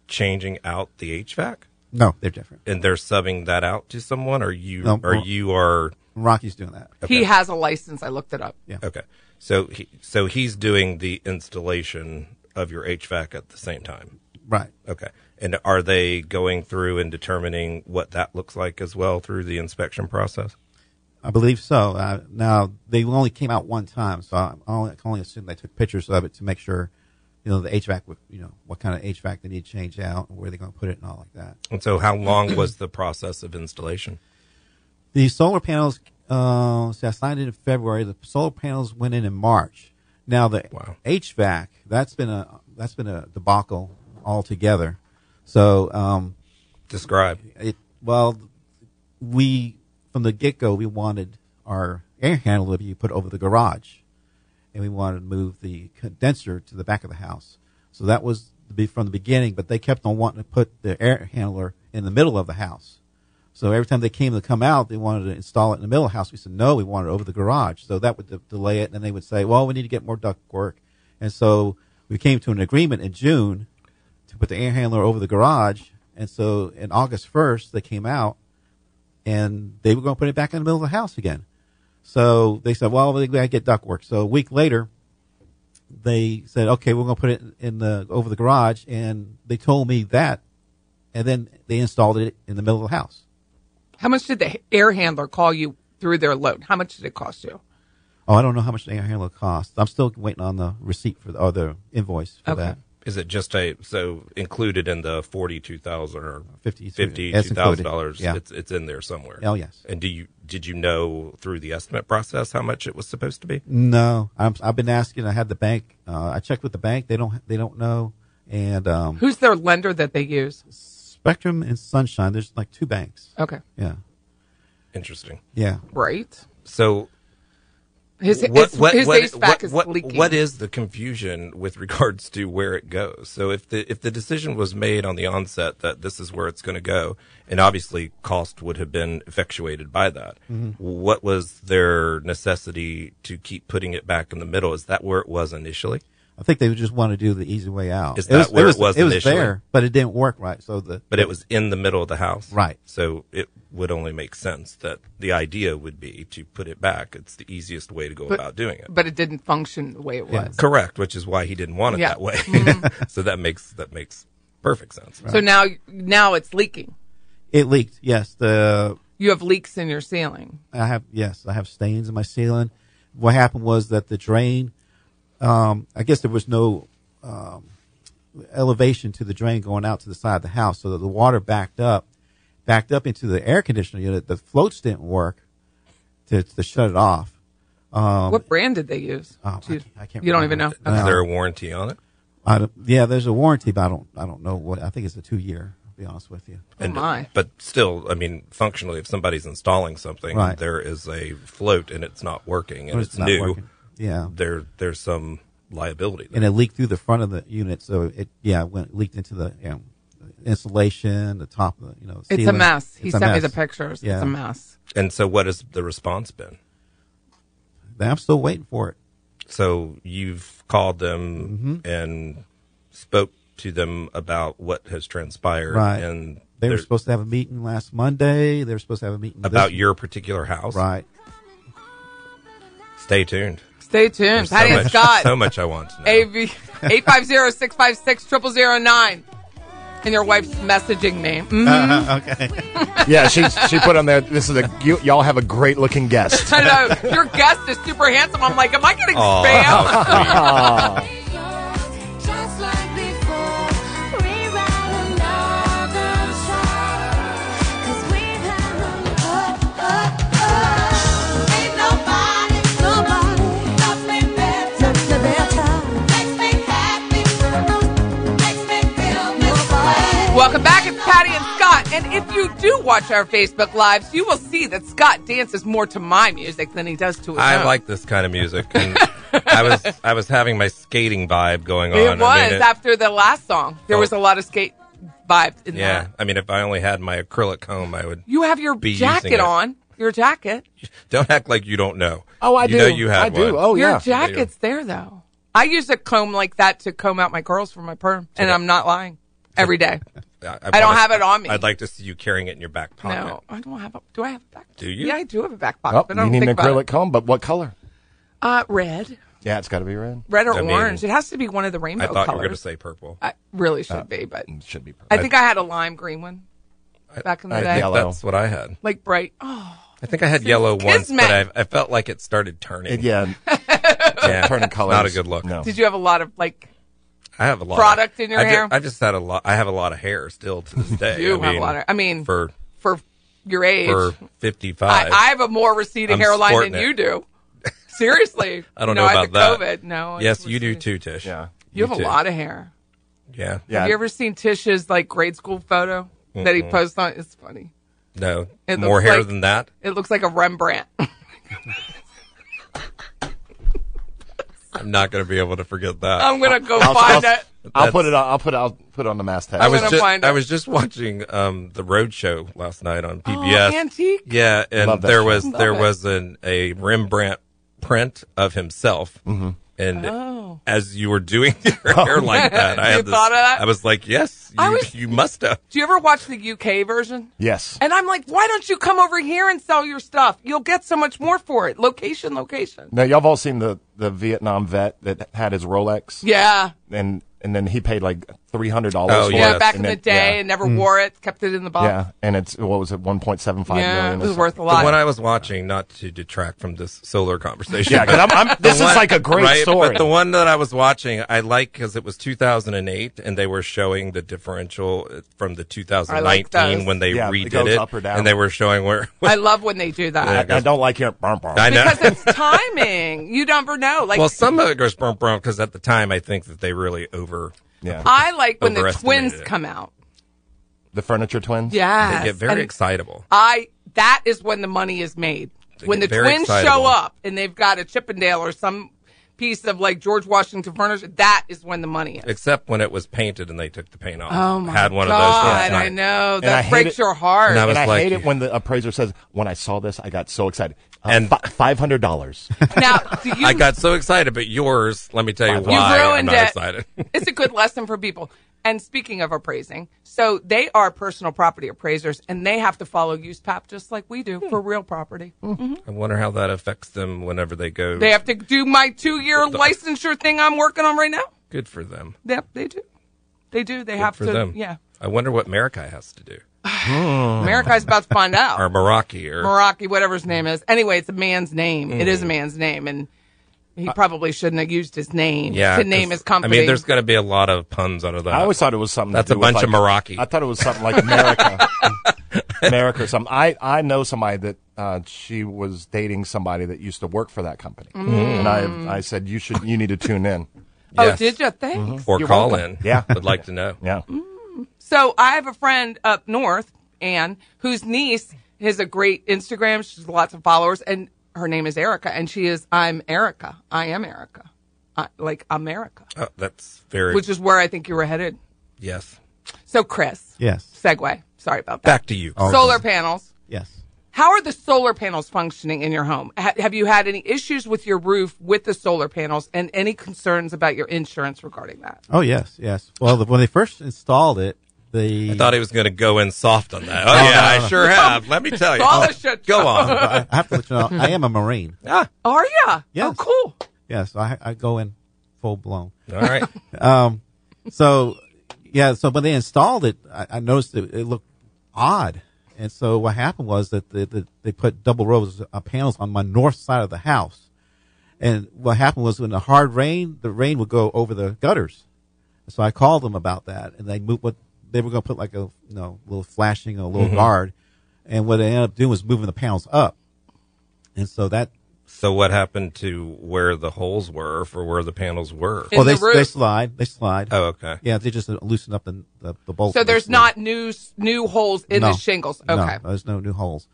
S2: changing out the HVAC
S5: no, they're different.
S2: and they're subbing that out to someone? Or you
S5: No,
S2: or
S5: well-
S2: you are
S5: Meraki's doing that.
S1: He has a license. I looked it up.
S5: Yeah.
S2: okay? So he, so he's doing the installation of your HVAC at the same time.
S5: Right.
S2: Okay. And are they going through and determining what that looks like as well through the inspection process?
S5: I believe so. Uh, now they only came out one time, so I only, I can only assume they took pictures of it to make sure, you know, the HVAC, would, you know, what kind of HVAC they need to change out, and where they're going to put it, and all like that.
S2: And so, how long was the process of installation?
S5: The solar panels. Uh, see, I signed it in February. The solar panels went in in March. Now the
S2: Wow.
S5: HVAC that's been a that's been a debacle altogether. So um,
S2: Describe.
S5: it well, we from the get go we wanted our air handler to be put over the garage, and we wanted to move the condenser to the back of the house. So that was the be- from the beginning. But they kept on wanting to put the air handler in the middle of the house. So every time they came to come out, they wanted to install it in the middle of the house. We said no, we want it over the garage. So that would de- delay it, and they would say, well, we need to get more duct work. And so we came to an agreement in June to put the air handler over the garage. And so in August 1st, they came out and they were going to put it back in the middle of the house again. So they said, well, we got to get ductwork. So a week later, they said, okay, we're going to put it in the over the garage. And they told me that. And then they installed it in the middle of the house.
S1: How much did the air handler call you through their load? How much did it cost you?
S5: Oh, I don't know how much the air handler cost. I'm still waiting on the receipt for the, or the invoice for
S1: Okay.
S5: that.
S2: Is it just a so included in the forty-two thousand or
S5: Fifty- it's
S2: fifty-two thousand
S5: included,
S2: dollars?
S5: yeah.
S2: It's it's in there somewhere.
S5: Oh, yes.
S2: And do you did you know through the estimate process how much it was supposed to be?
S5: No, I'm, I've been asking. I had the bank. Uh, I checked with the bank. They don't. They don't know. And um,
S1: Who's their lender that they use?
S5: Spectrum and Sunshine. There's like two banks.
S1: Okay.
S5: Yeah,
S2: Interesting.
S5: yeah.
S1: Right.
S2: So
S1: His,
S2: what,
S1: his,
S2: what,
S1: his
S2: what,
S1: HVAC
S2: what,
S1: is
S2: what-
S1: leaking.
S2: what is the confusion with <laughs> regards to where it goes? So if the if the decision was made on the onset that this is where it's going to go, and obviously cost would have been effectuated by that, what was their necessity to keep putting it back in the middle? Is that where it was initially?
S5: I think they just want to do the easy way out.
S2: Is that where it was
S5: It was
S2: initially?
S5: there, but it didn't work right. So the
S2: But it was in the middle of the house,
S5: Right.
S2: So it would only make sense that the idea would be to put it back. It's the easiest way to go about doing it.
S1: But it didn't function the way it was.
S2: Correct, which is why he didn't want it
S1: Yeah. Mm-hmm.
S2: that way. <laughs> so that makes that makes perfect sense.
S1: So now, now it's leaking.
S5: it leaked. Yes, the
S1: You have leaks in your ceiling.
S5: I have yes, I have stains in my ceiling. What happened was that the drain, um, I guess there was no um, elevation to the drain going out to the side of the house, so that the water backed up, backed up into the air conditioner unit. The floats didn't work to, to shut it off.
S2: Um,
S1: what brand did they use?
S5: Oh, I
S1: Dude,
S5: can't- I can't
S1: you don't even know.
S5: remember.
S2: Is
S1: Okay.
S2: there a warranty on it?
S5: I don't- yeah, there's a warranty, but I don't I don't know what. I think it's a two year. To be honest with you,
S1: Oh my.
S2: But still, I mean, functionally, if somebody's installing something,
S5: Right.
S2: there is a float and it's not working and
S5: Or
S2: it's, new.
S5: Yeah,
S2: There, there's some liability. There.
S5: and it leaked through the front of the unit, so it yeah it went leaked into the you know, insulation, the top of the you know.
S1: It's a
S5: ceiling.
S1: mess. He
S5: It's a
S1: sent me the
S5: mess.
S1: pictures.
S5: Yeah.
S1: It's a mess.
S2: and so, what has the response been?
S5: I'm still waiting for it.
S2: So you've called them
S5: Mm-hmm.
S2: and spoke to them about what has transpired,
S5: Right.
S2: and
S5: They were
S2: they're-
S5: supposed to have a meeting last Monday. They were supposed to have a meeting this-
S2: about your particular house.
S5: right.
S2: Stay tuned.
S1: Stay tuned.
S2: There's
S1: Patty
S2: so
S1: and
S2: much,
S1: Scott.
S2: So much I want to know.
S1: AV 850-656-0009. And your wife's messaging me. Mm,
S3: <laughs> Yeah, she she put on there. This is a you, y'all have a great looking guest.
S1: I know. Your guest is super handsome. I'm like, am I getting
S2: Aw,
S1: spam?
S2: how <laughs> sweet.
S6: Just like before, rewrite another track. 'Cause we've had the love, oh, oh. Ain't nobody, nobody loves me better. Makes me happy, makes me feel this way.
S1: Welcome back. It's Patty and Scott. And if you do watch our Facebook Lives, you will see that Scott dances more to my music than he does to his
S2: I
S1: own.
S2: like this kind of music. And I was
S1: <laughs>
S2: I was having my skating vibe going on.
S1: it
S2: I
S1: was
S2: mean, it-
S1: after the last song. There
S2: Oh.
S1: was a lot of skate vibe in <laughs>
S2: yeah,
S1: that.
S2: I mean, if I only had my acrylic comb, I would.
S1: You have your
S2: Be using
S1: jacket
S2: it.
S1: on. Your jacket.
S2: Don't act like you don't know.
S3: Oh, I
S2: you
S3: do.
S2: Know you had
S3: I do.
S2: one.
S3: Oh
S1: your
S3: yeah.
S1: jacket's there though. I use a comb like that to comb out my curls for my perm, and I'm not lying. Every
S2: <laughs>
S1: day.
S2: I,
S1: I don't
S2: wanna-
S1: have it on me.
S2: I'd like to see you carrying it in your back pocket.
S1: No, I don't have a. Do I have a back?
S2: Do you?
S1: Yeah, I do have a back pocket.
S3: Oh,
S1: but I
S3: you
S1: don't
S3: need
S1: think
S3: an
S1: about
S3: acrylic
S1: it.
S3: comb, but what color?
S1: Uh, red.
S3: Yeah, it's got to be red.
S1: Red or
S2: I mean,
S1: orange. it has to be one of the rainbow
S2: I thought you
S1: colors.
S2: were going to say purple.
S1: I really should
S2: Uh,
S1: be, but
S3: Mm,
S2: mm,
S3: It should be. purple.
S1: I think I had a lime green one back in the
S3: I-
S1: day.
S3: yellow.
S2: That's what I had.
S1: Like bright. Oh,
S2: I think
S1: <laughs>
S2: I had yellow once,
S1: Kismet.
S2: but I, I felt like it started turning.
S3: It- yeah,
S1: <laughs>
S2: Yeah,
S3: turning colors.
S2: Not a good look.
S3: No.
S1: did you have a lot of like?
S2: I have a lot
S1: Product
S2: of,
S1: in your
S2: I ju-
S1: hair?
S2: I just had a lot. I have a lot of hair still to
S1: <laughs>
S2: this day.
S1: You
S2: I
S1: have
S2: mean,
S1: a lot of. I mean, for
S2: for
S1: your age,
S2: for fifty five.
S1: I, I have a more receding
S2: I'm
S1: hairline
S2: sporting
S1: than
S2: it.
S1: you
S2: <laughs>
S1: do. Seriously.
S2: I don't
S1: no,
S2: know
S1: I
S2: about
S1: had
S2: that.
S1: COVID. No. it's
S2: yes, you do
S1: receding.
S2: too, Tish.
S3: Yeah.
S1: You, have a lot of hair.
S2: Yeah,
S3: Yeah.
S1: Have you ever seen Tish's like grade school photo that he posts on? It's funny.
S2: No,
S1: It
S2: more
S1: looks
S2: hair
S1: like-
S2: than that.
S1: It looks like a Rembrandt. <laughs>
S2: I'm not going to be able to forget that.
S1: I'm gonna go
S3: I'll,
S1: find
S3: I'll-
S1: it.
S3: I'll put it. On, I'll put. it- I'll put it on the masthead.
S2: I was
S1: gonna
S2: just
S1: find
S2: I
S1: it.
S2: was just watching um, the road show last night on PBS.
S1: antique.
S2: Yeah,
S3: Love
S2: and
S3: that
S2: there
S3: show.
S2: was there
S1: Oh, it.
S2: was an a Rembrandt print of himself,
S3: Mm-hmm.
S2: and
S1: Oh.
S2: as you were doing <laughs> your
S3: Oh.
S2: hair like that,
S1: <laughs>
S2: I
S1: You
S2: had this,
S1: thought of that?
S2: I was like, yes,
S1: I
S2: you,
S1: was-
S2: you must have.
S1: Do you ever watch the UK version?
S3: yes.
S1: And I'm like, why don't you come over here and sell your stuff? You'll get so much more for it. Location, location.
S3: Now y'all have all seen the the Vietnam vet that had his Rolex,
S1: Yeah.
S3: and and then he paid like three hundred dollars.
S2: Oh,
S3: for
S2: yeah. Hmm.
S1: Yeah,
S3: it.
S1: back in
S3: And
S1: the
S3: then-
S1: day
S3: yeah.
S1: and never wore it, kept it in the box.
S3: Yeah, and it's what was it, one point seven five million?
S1: Yeah, it
S3: or
S1: was
S3: something.
S1: worth a
S2: The one
S1: lot.
S2: I was watching, not to detract from this solar conversation.
S3: Yeah,
S2: but
S3: because I'm, I'm, this
S2: <laughs> the
S3: is
S2: one-
S3: like a great
S2: right,
S3: story.
S2: But the one that I was watching, I like because it was 2008, and they were showing the differential uh, from the 2019
S1: those.
S2: when they
S3: Yeah, it
S2: redid
S3: goes
S2: it,
S3: up or down.
S2: and they were showing where. <laughs>
S1: I love when they do that.
S2: Yeah,
S3: I, I don't like your. Burm, burm.
S2: I know.
S1: <laughs> Because it's timing. You never know. Like
S2: <laughs> well, some of it goes brum brum because at the time I think that they really over
S3: yeah,
S1: I like when the twins
S2: Overestimated it.
S1: come out.
S3: the furniture twins.
S1: Yeah.
S2: they get very
S1: and
S2: excitable.
S1: I that is when the money is made. When the
S2: get very
S1: twins show
S2: excitable.
S1: up and they've got a Chippendale or some piece of like George Washington furniture, that is when the money is.
S2: Except when it was painted and they took the paint off.
S1: Oh my
S2: Had one of those last
S1: God, I
S2: night.
S1: know.
S3: I
S1: That
S3: hate
S1: breaks
S3: it.
S1: your heart.
S2: And I was
S3: and I
S2: like-
S3: hate it when the appraiser says, "When I saw this, I got so excited." Uh,
S2: And-
S3: fi- five hundred
S2: <laughs>
S3: dollars.
S1: <laughs> Now, do you,
S2: I got so excited, but yours, let me tell you
S3: You
S2: why
S1: ruined
S2: I'm not
S1: it.
S2: excited. <laughs>
S1: it's a good lesson for people. And speaking of appraising, so they are personal property appraisers and they have to follow USPAP just like we
S2: Hmm.
S1: do for real property.
S2: I wonder how that affects them whenever they go.
S1: They have to do my two year licensure thing I'm working on right now.
S2: Good for them.
S1: Yep, they do. They do. They
S2: Good
S1: have
S2: for
S1: to.
S2: them. Oh.
S1: Yeah.
S2: I wonder what Marikai has to do.
S1: America's about to
S2: <laughs>
S1: find out.
S2: Or Meraki or
S1: Meraki, whatever his name is. Anyway, it's a man's name. It
S2: Mm.
S1: is a man's name, and he probably shouldn't have used his name
S2: yeah,
S1: to name
S2: 'cause,
S1: his company.
S2: I mean, there's going to be a lot of puns out of that.
S3: I always thought it was something. to
S2: That's a
S3: do with,
S2: bunch of
S3: like-
S2: Meraki.
S3: I thought it was something like
S2: <laughs>
S3: America, America or something. I I know somebody that uh, she was dating somebody that used to work for that company,
S1: Mm.
S3: and I I said you should you need to tune in.
S1: oh,
S2: Yes.
S1: did you? Thanks.
S2: or
S3: You're
S2: call
S3: welcome.
S2: in.
S3: Yeah.
S2: <laughs> would like to know.
S3: Yeah,
S1: So I have a friend up north, Anne, whose niece has a great Instagram. She has lots of followers, and her name is Erica, and she is I'm Erica. I am Erica, I, like America,
S2: Oh, that's very
S1: which is where I think you were headed.
S2: yes.
S1: So Chris,
S5: Yes.
S1: segue. Sorry about that.
S2: Back to you.
S3: Oh,
S1: Solar panels.
S5: Yes.
S1: How are the solar panels functioning in your home? Ha- have you had any issues with your roof with the solar panels and any concerns about your insurance regarding that?
S5: Oh yes, yes. Well, the, when they first installed it, the
S2: I thought he was going to go in soft on that. Oh
S3: <laughs>
S2: yeah, I sure have. Let me tell you.
S1: Dollar shit. <laughs>
S2: Go on.
S5: I I have to let you know, I am a
S2: <laughs>
S5: Marine.
S1: Are ya?
S5: Yes.
S1: Oh, cool.
S5: Yes, I, I go in full blown.
S2: All right.
S5: So, yeah. So when they installed it, I, I noticed it, it looked odd. And so what happened was that the, the, they put double rows of uh, panels on my north side of the house. And what happened was when the hard rain, the rain would go over the gutters. So I called them about that, and they moved what they were going to put like a you know little flashing, a
S2: Mm-hmm.
S5: little guard. And what they ended up doing was moving the panels up. And so that
S2: So what happened to where the holes were for where the panels were?
S1: In
S5: well, they,
S1: the roof.
S5: they slide, they slide.
S2: Oh, okay.
S5: Yeah, they just loosen up the the, the bolt.
S1: So there's not new s- new holes in
S5: No.
S1: the shingles.
S5: No,
S1: Okay.
S5: there's no new holes.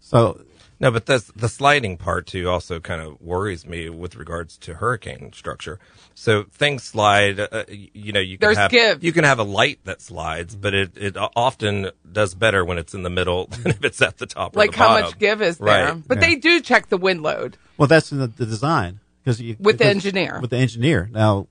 S5: So
S2: No, but that's the sliding part too also kind of worries me with regards to hurricane structure. So things slide. Uh, y- you know, you can
S1: There's
S2: have
S1: give.
S2: you can have a light that slides, but it it often does better when it's in the middle <laughs> than if it's at the top. or
S1: Like
S2: the
S1: how
S2: bottom.
S1: much give is there?
S2: Right.
S1: But they do check the wind load.
S5: well, that's in the, the design because you,
S1: With the
S5: because-
S1: engineer.
S5: with the engineer. Now,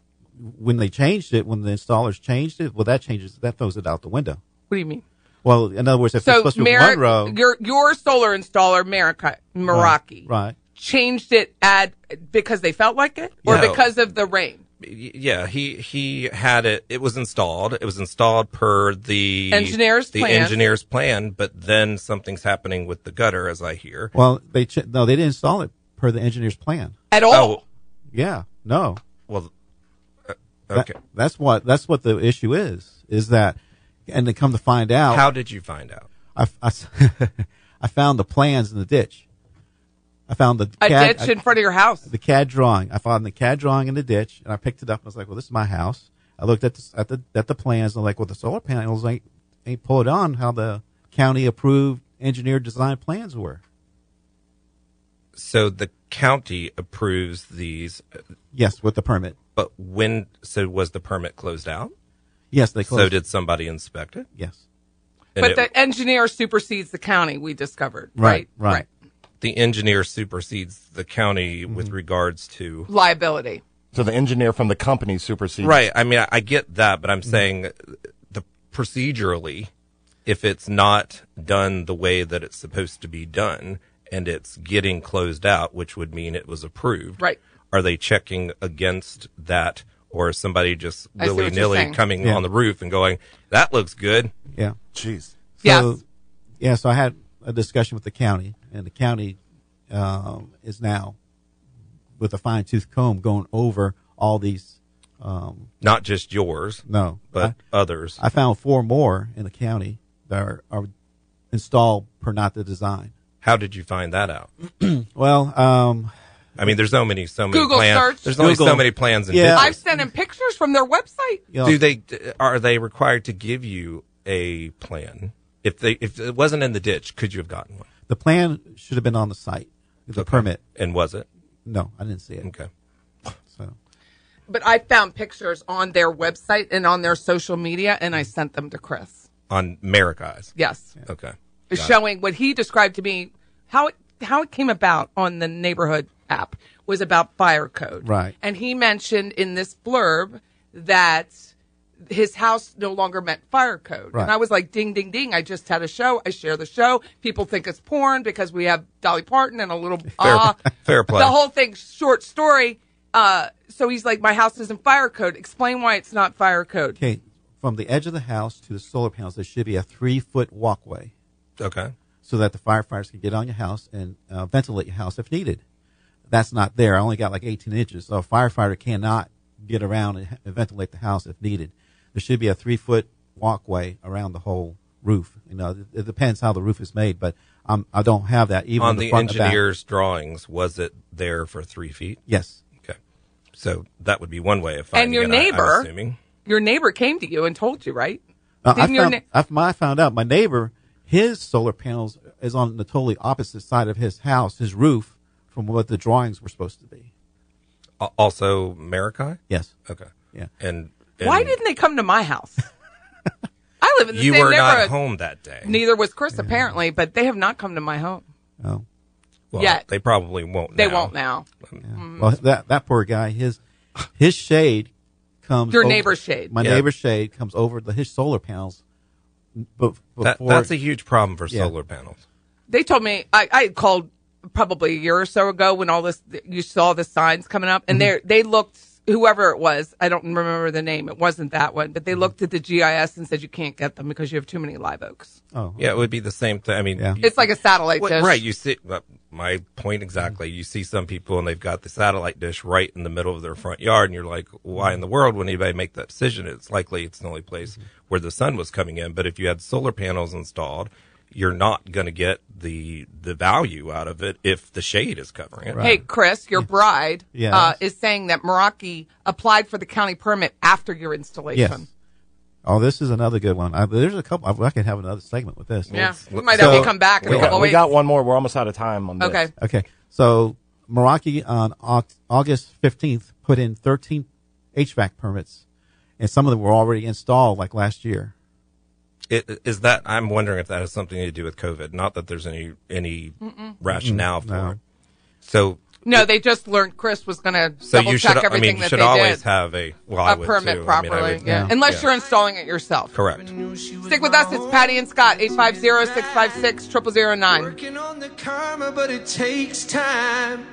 S5: when they changed it, when the installers changed it, well, that changes that throws it out the window.
S1: What do you mean?
S5: Well, in other words, if it's
S1: So
S5: supposed to be
S1: Mer-
S5: one row,
S1: your your solar installer Meraki Meraki
S5: right?
S1: changed it at because they felt like it or
S2: Yeah.
S1: because of the rain.
S2: Y- yeah, he he had it. It was installed. It was installed per the
S1: Engineer's
S2: the
S1: plan.
S2: engineer's plan. But then something's happening with the gutter, as I hear.
S5: Well, they ch- no, they didn't install it per the engineer's plan.
S1: At all.
S2: Oh,
S5: Yeah, no.
S2: well, uh,
S5: That-
S2: okay.
S5: that's what that's what the issue is. Is that, and they come to find out,
S2: How did you find out?
S5: I, f- I s- <laughs> I found the plans in the ditch. I found the
S1: A
S5: CAD,
S1: ditch in front of your house.
S5: the CAD drawing. I found the CAD drawing in the ditch, and I picked it up. and I was like, "Well, this is my house." I looked at the at the at the plans, and I'm like, "Well, the solar panels ain't ain't pulled on how the county approved engineered design plans were."
S2: So the county approves these,
S5: Yes, with the permit.
S2: but when? So was the permit closed out?
S5: Yes, they closed.
S2: So did somebody inspect it?
S5: yes,
S2: And
S1: But
S2: it-
S1: the engineer supersedes the county, we discovered.
S5: Right, right.
S2: the engineer supersedes the county with regards to
S1: Liability.
S3: So the engineer from the company supersedes.
S2: Right. I mean, I, I get that, but I'm saying the procedurally, if it's not done the way that it's supposed to be done and it's getting closed out, which would mean it was approved.
S1: Right.
S2: Are they checking against that or is somebody just
S1: I see what you're
S2: willy nilly
S1: saying.
S2: coming
S5: Yeah.
S2: on the roof and going, that looks good?
S5: yeah.
S3: Jeez.
S5: So,
S1: Yes.
S5: Yeah, so I had a discussion with the county, and the county um, is now with a fine tooth comb going over all these. Um,
S2: Not just yours,
S5: no,
S2: but others.
S5: I, I found four more in the county that are, are installed per not the design.
S2: How did you find that out?
S5: Well, um,
S2: I mean, there's so many, so many
S1: Google
S2: plans.
S1: search.
S2: There's only so
S5: Google.
S2: many plans and
S5: Yeah.
S2: ditches.
S1: I've sent him pictures from their website.
S5: you know,
S2: Do they are they required to give you a plan? If they if it wasn't in the ditch, could you have gotten one?
S5: the plan should have been on the site. The permit.
S2: And was it?
S5: No, I didn't see it.
S2: Okay.
S5: So
S1: But I found pictures on their website and on their social media and I sent them to Chris.
S2: On Merrick eyes.
S1: Yes.
S2: Okay.
S1: showing what he described to me how it how it came about on the neighborhood app was about fire code.
S5: Right.
S1: And he mentioned in this blurb that his house no longer met fire code.
S5: Right.
S1: And I was like, ding, ding, ding. I just had a show. I share the show. People think it's porn because we have Dolly Parton and a little. uh,
S2: <laughs> fair play.
S1: The whole thing, short story. Uh, so he's like, my house isn't fire code. Explain why it's not fire code.
S5: okay, from the edge of the house to the solar panels, there should be a three foot walkway.
S2: Okay.
S5: so that the firefighters can get on your house and uh, ventilate your house if needed. That's not there. I only got like 18 inches, so a firefighter cannot get around and, and ventilate the house if needed. There should be a three foot walkway around the whole roof. You know, it, it depends how the roof is made, but um, I don't have that. Even
S2: On
S5: the,
S2: the
S5: front and back.
S2: engineer's drawings, was it there for three feet?
S5: Yes.
S2: Okay. So that would be one way of finding
S1: your
S2: it, I- I'm
S1: neighbor-
S2: assuming.
S1: Your neighbor came to you and told you, right?
S5: Uh, I,
S1: Didn't your
S5: found,
S1: na-
S5: I, I found out my neighbor, his solar panels is on the totally opposite side of his house, his roof, from what the drawings were supposed to be.
S2: Al- Also Merrick eye?
S5: Yes.
S2: Okay.
S5: Yeah.
S2: And,
S1: Why
S2: and
S1: didn't they come to my house?
S2: <laughs>
S1: I live in the
S2: you
S1: same
S2: were not
S1: neighborhood.
S2: home that day?
S1: Neither was Chris apparently, but they have not come to my home.
S5: Oh.
S2: well,
S1: yet.
S2: They probably won't.
S1: They won't now.
S5: Well, that that poor guy, his his shade comes.
S1: Your
S5: over-
S1: neighbor's shade.
S5: My
S2: Yeah.
S5: neighbor's shade comes over the, his solar panels. But
S2: That, that's a huge problem for
S5: Yeah.
S2: solar panels.
S1: They told me I, I called probably a year or so ago when all this you saw the signs coming up, and
S2: Mm-hmm.
S1: they they looked whoever it was. I don't remember the name. It wasn't that one, but they
S2: Mm-hmm.
S1: looked at the GIS and said you can't get them because you have too many live oaks.
S5: oh
S2: Yeah, it would be the same thing. I mean,
S5: Yeah.
S2: you-
S1: It's like a satellite
S2: Well,
S1: dish,
S2: right. You see, well, my point exactly. You see some people and they've got the satellite dish right in the middle of their front yard, and you're like, why in the world would anybody make that decision? It's likely it's the only place where the sun was coming in. But if you had solar panels installed, you're not going to get the the value out of it if the shade is covering it.
S1: Hey, Chris, your bride
S5: Yes.
S1: uh, is saying that Meraki applied for the county permit after your installation.
S5: yes. Oh, this is another good one. I, there's a couple. I, I can have another segment with this.
S1: Yeah, we
S2: Let's-
S1: might have
S5: so-
S1: to come back. in a
S3: We
S1: couple
S3: got, we
S1: weeks.
S3: got one more. We're almost out of time on this.
S1: Okay.
S5: Okay. So Meraki on Au- August 15th put in 13 HVAC permits, and some of them were already installed like last year.
S2: It, is that I'm wondering if that has something to do with COVID? Not that there's any any rationale for
S5: No.
S2: it. So
S1: No, they just learned Chris was going to
S2: So
S1: double
S2: you should.
S1: check
S2: I
S1: everything
S2: mean, you
S1: that
S2: should
S1: they
S2: always
S1: did.
S2: have a well, I
S1: a
S2: would
S1: permit
S2: too.
S1: properly.
S2: I mean, I would,
S1: yeah.
S5: yeah.
S1: Unless
S2: Yeah.
S1: you're installing it yourself.
S2: Correct.
S1: Stick with us. It's Patty and Scott, 850-656-0009.
S4: Working on the karma, but it takes time.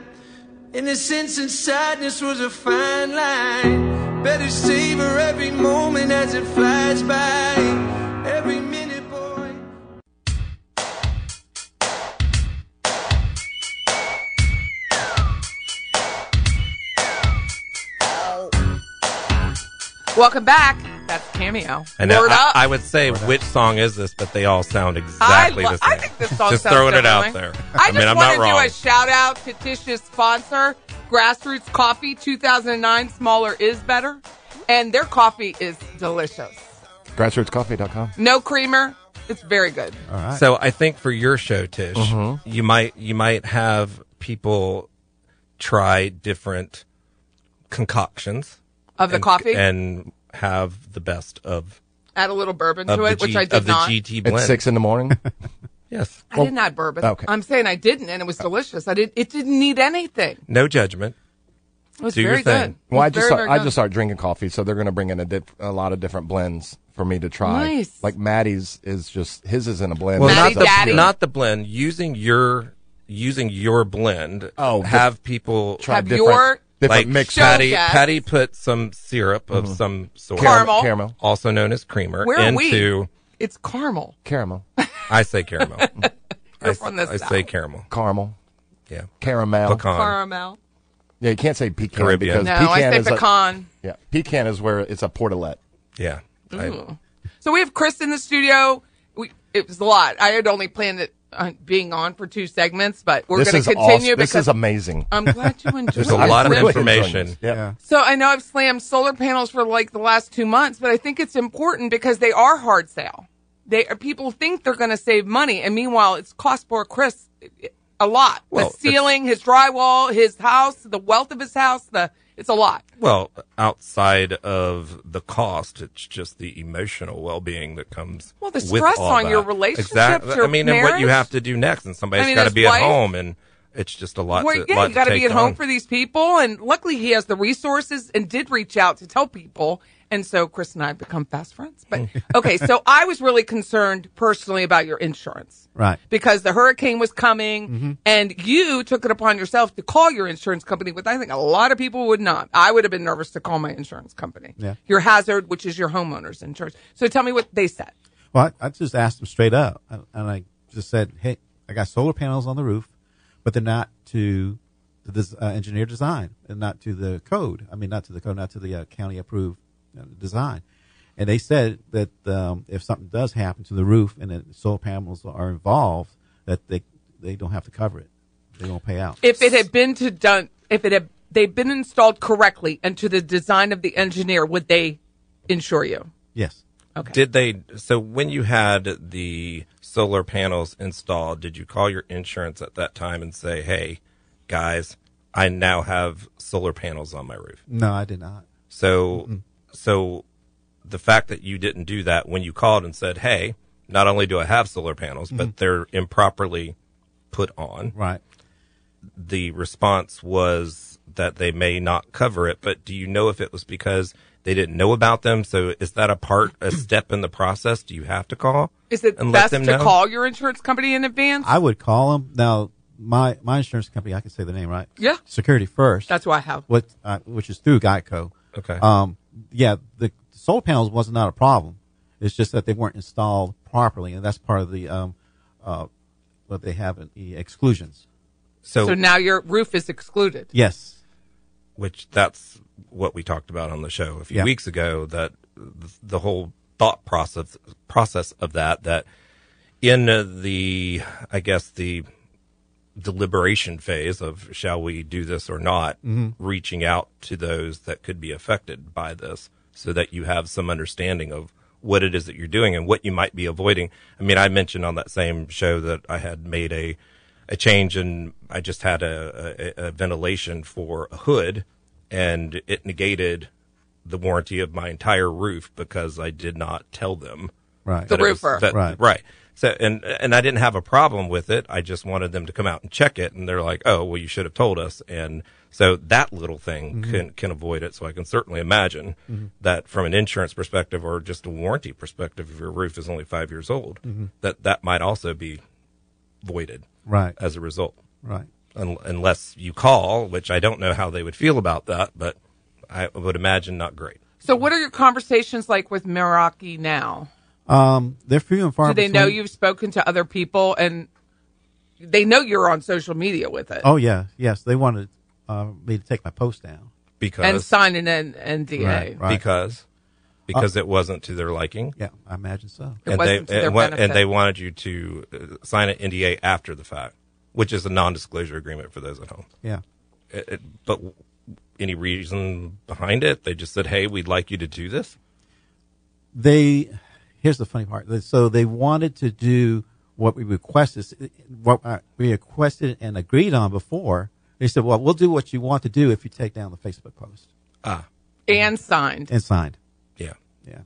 S4: Innocence and sadness was a fine line. Better savor every moment as it flies by. Every minute, boy.
S1: Welcome back. That's Cameo.
S2: And now,
S1: Word
S2: I,
S1: up.
S2: I would say which song is this, but they all sound exactly
S1: I,
S2: the
S1: lo-
S2: same.
S1: I think this song
S2: Just
S1: sounds
S2: throwing it out there.
S1: differently. I just
S2: mean, I'm
S1: want
S2: not
S1: to
S2: wrong.
S1: do a shout out to Tish's sponsor, Grassroots Coffee 2009. Smaller is better, and their coffee is delicious.
S3: Grassrootscoffee.com.
S1: No creamer. It's very good.
S5: All right.
S2: So I think for your show, Tish, you might you might have people try different concoctions
S1: Of the
S2: and,
S1: coffee,
S2: and have the best of,
S1: add a little bourbon
S2: of
S1: to
S2: the
S1: it,
S2: G, Oh,
S1: which I did
S2: of the
S1: not.
S2: GT blend.
S3: At six in the
S2: <laughs>
S3: morning.
S2: Yes,
S1: I didn't add bourbon.
S3: okay.
S1: I'm saying I didn't, and it was delicious. I did. It didn't need anything.
S2: no judgment.
S1: It was
S2: Do your
S1: very
S2: thing.
S1: good. It
S3: Well,
S1: was
S3: I just
S1: very,
S3: start,
S1: very
S3: I
S1: good.
S3: just started drinking coffee, so they're going to bring in a, dip, a lot of different blends for me to try.
S1: Nice.
S3: Like Maddie's is just his is in a blend.
S2: Well,
S1: Matty
S2: not the
S1: Daddy.
S2: not the blend. Using your using your blend.
S3: Oh, but-
S2: have people
S3: Try
S1: have
S3: different-
S1: your
S3: different
S2: like
S3: mix.
S2: Patty,
S1: Show guest.
S2: Patty put some syrup of some sort,
S1: Caramel.
S3: caramel,
S2: also known as creamer,
S1: Where are we?
S2: into
S1: It's caramel.
S3: caramel,
S2: I say caramel. I,
S1: <laughs> You're
S2: s-
S1: from Oh, this
S2: I
S1: side.
S2: say caramel.
S3: caramel,
S2: Yeah,
S3: caramel.
S2: pecan.
S1: Caramel.
S3: Yeah, you can't say pecan
S2: Caribbean.
S3: because
S1: No,
S3: pecan
S1: I say
S3: is a-
S1: pecan.
S3: yeah, pecan is where it's a portalette.
S2: Yeah, I-
S1: So we have Chris in the studio. We, it was a lot. I had only planned it on being on for two segments, but we're
S3: This
S1: going
S3: is
S1: to continue
S3: awesome. This
S1: because
S3: is amazing.
S1: <laughs> I'm glad you enjoyed
S2: there's a
S1: it.
S2: lot of
S3: really enjoying
S2: information.
S3: this. Yeah.
S5: Yeah.
S1: So I know I've slammed solar panels for like the last two months, but I think it's important because they are hard sale. They people think they're going to save money, and meanwhile, it's cost poor Chris a lot.
S2: Well,
S1: the ceiling, his drywall, his house, the wealth of his house, the it's a lot.
S2: Well, outside of the cost, it's just the emotional well-being that comes.
S1: Well, the
S2: with
S1: stress
S2: all
S1: on your
S2: that.
S1: relationships,
S2: Exactly.
S1: your
S2: I mean, and what you
S1: marriage.
S2: have to do next, and somebody's
S1: I mean,
S2: got to
S1: his
S2: be
S1: wife-
S2: at home, and it's just a lot.
S1: Well,
S2: uh, to,
S1: yeah,
S2: lot
S1: you got to be
S2: take
S1: at home
S2: on.
S1: for these people, and luckily he has the resources and did reach out to tell people, and so Chris and I have become fast friends. But okay, so I was really concerned personally about your insurance,
S5: Right.
S1: Because the hurricane was coming, and you took it upon yourself to call your insurance company, which I think a lot of people would not. I would have been nervous to call my insurance company,
S5: Yeah.
S1: your hazard, which is your homeowner's insurance. So tell me what they said.
S5: Well, I, I just asked them straight up, and and I just said, "Hey, I got solar panels on the roof, but they're not to the des- uh, engineer design, and not to the code. I mean, not to the code, not to the uh, county approved uh, design." And they said that um, if something does happen to the roof and the solar panels are involved, that they they don't have to cover it; they won't pay out.
S1: if it had been to done if it had they've been installed correctly and to the design of the engineer would they insure you
S5: yes,
S1: Oh.
S2: Did they? So when you had the solar panels installed, did you call your insurance at that time and say, "Hey, guys, I now have solar panels on my roof"?
S5: no, I did not.
S2: So, so the fact that you didn't do that when you called and said, "Hey, not only do I have solar panels, but they're improperly put on,"
S5: Right.
S2: the response was that they may not cover it. But do you know if it was because they didn't know about them? So is that a part,
S1: <clears throat>
S2: a step in the process? Do you have to call?
S1: is it
S2: and let
S1: best to
S2: them know?
S1: call your insurance company in advance
S5: I would call them now. My my insurance company, I can say the name, right?
S1: Yeah.
S5: Security First.
S1: that's what i have
S5: what uh, which is through Geico.
S2: Okay.
S5: Um, yeah, the solar panels was not a problem. It's just that they weren't installed properly, and that's part of the um, uh, what they have in the exclusions.
S2: So,
S1: so now your roof is excluded
S5: Yes.
S2: which that's what we talked about on the show a few
S5: Yeah.
S2: weeks ago that th- the whole thought process process of that that in uh, the i guess the deliberation phase of shall we do this or not reaching out to those that could be affected by this so that you have some understanding of what it is that you're doing and what you might be avoiding i mean i mentioned on that same show that i had made a a change and i just had a, a, a ventilation for a hood and it negated the warranty of my entire roof because i did not tell them
S5: Right.
S2: that it was-
S1: roofer.
S2: that-
S5: Right.
S2: right So and and I didn't have a problem with it. I just wanted them to come out and check it, and they're like, "Oh, well, you should have told us." And so that little thing
S5: Mm-hmm.
S2: can can avoid it. So I can certainly imagine that from an insurance perspective or just a warranty perspective, if your roof is only five years old,
S5: Mm-hmm.
S2: that that might also be voided
S5: Right.
S2: as a result,
S5: Right.
S2: Un- unless you call, which I don't know how they would feel about that, but I would imagine not great.
S1: So, what are your conversations like with Meraki now?
S5: Um, they're few and far
S1: Do they know
S5: between.
S1: you've spoken to other people and they know you're on social media with it
S5: Oh yeah, yes. They wanted uh, me to take my post down.
S2: Because
S1: and signing an NDA?
S5: Right, right. Uh,
S2: because because it wasn't to their liking.
S5: Yeah, I imagine so.
S1: It
S2: and
S1: wasn't
S2: they
S1: to their
S2: and, wa- and
S1: benefit.
S2: they wanted you to uh, sign an NDA after the fact, which is a non-disclosure agreement for those at home.
S5: Yeah.
S2: It, it, but w- any reason behind it? They just said, "Hey, we'd like you to do this."
S5: They here's the funny part. They- So they wanted to do what we requested, what uh, we requested and agreed on before. They said, "Well, we'll do what you want to do if you take down the Facebook post
S2: Ah,
S1: And signed.
S5: and signed."
S2: yeah,
S5: Yeah.